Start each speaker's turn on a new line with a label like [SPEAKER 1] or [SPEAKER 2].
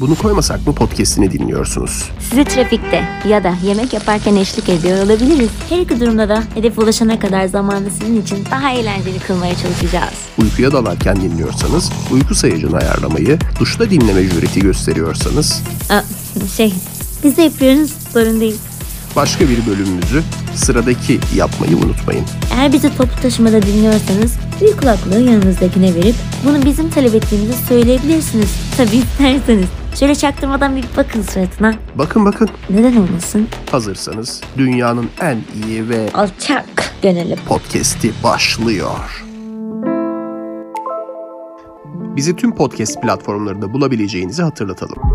[SPEAKER 1] Bunu koymasak mı podcastini dinliyorsunuz?
[SPEAKER 2] Sizi trafikte ya da yemek yaparken eşlik ediyor olabiliriz. Her iki durumda da hedefe ulaşana kadar zamanı sizin için daha eğlenceli kılmaya çalışacağız.
[SPEAKER 1] Uykuya dalarken dinliyorsanız uyku sayacını ayarlamayı, duşta dinleme jüreti gösteriyorsanız
[SPEAKER 2] Aa, şey, biz de yapıyoruz, sorun değil.
[SPEAKER 1] başka bir bölümümüzü sıradaki yapmayı unutmayın.
[SPEAKER 2] Eğer bizi toplu taşımada dinliyorsanız bir kulaklığı yanınızdakine verip bunu bizim talep ettiğimizi söyleyebilirsiniz. Tabii isterseniz. Şöyle çaktırmadan bir bakın suratına.
[SPEAKER 1] Bakın bakın
[SPEAKER 2] Neden olmasın?
[SPEAKER 1] hazırsanız dünyanın en iyi ve
[SPEAKER 2] Alçak gönüllü.
[SPEAKER 1] podcast'i başlıyor. Bizi tüm podcast platformlarında bulabileceğinizi hatırlatalım.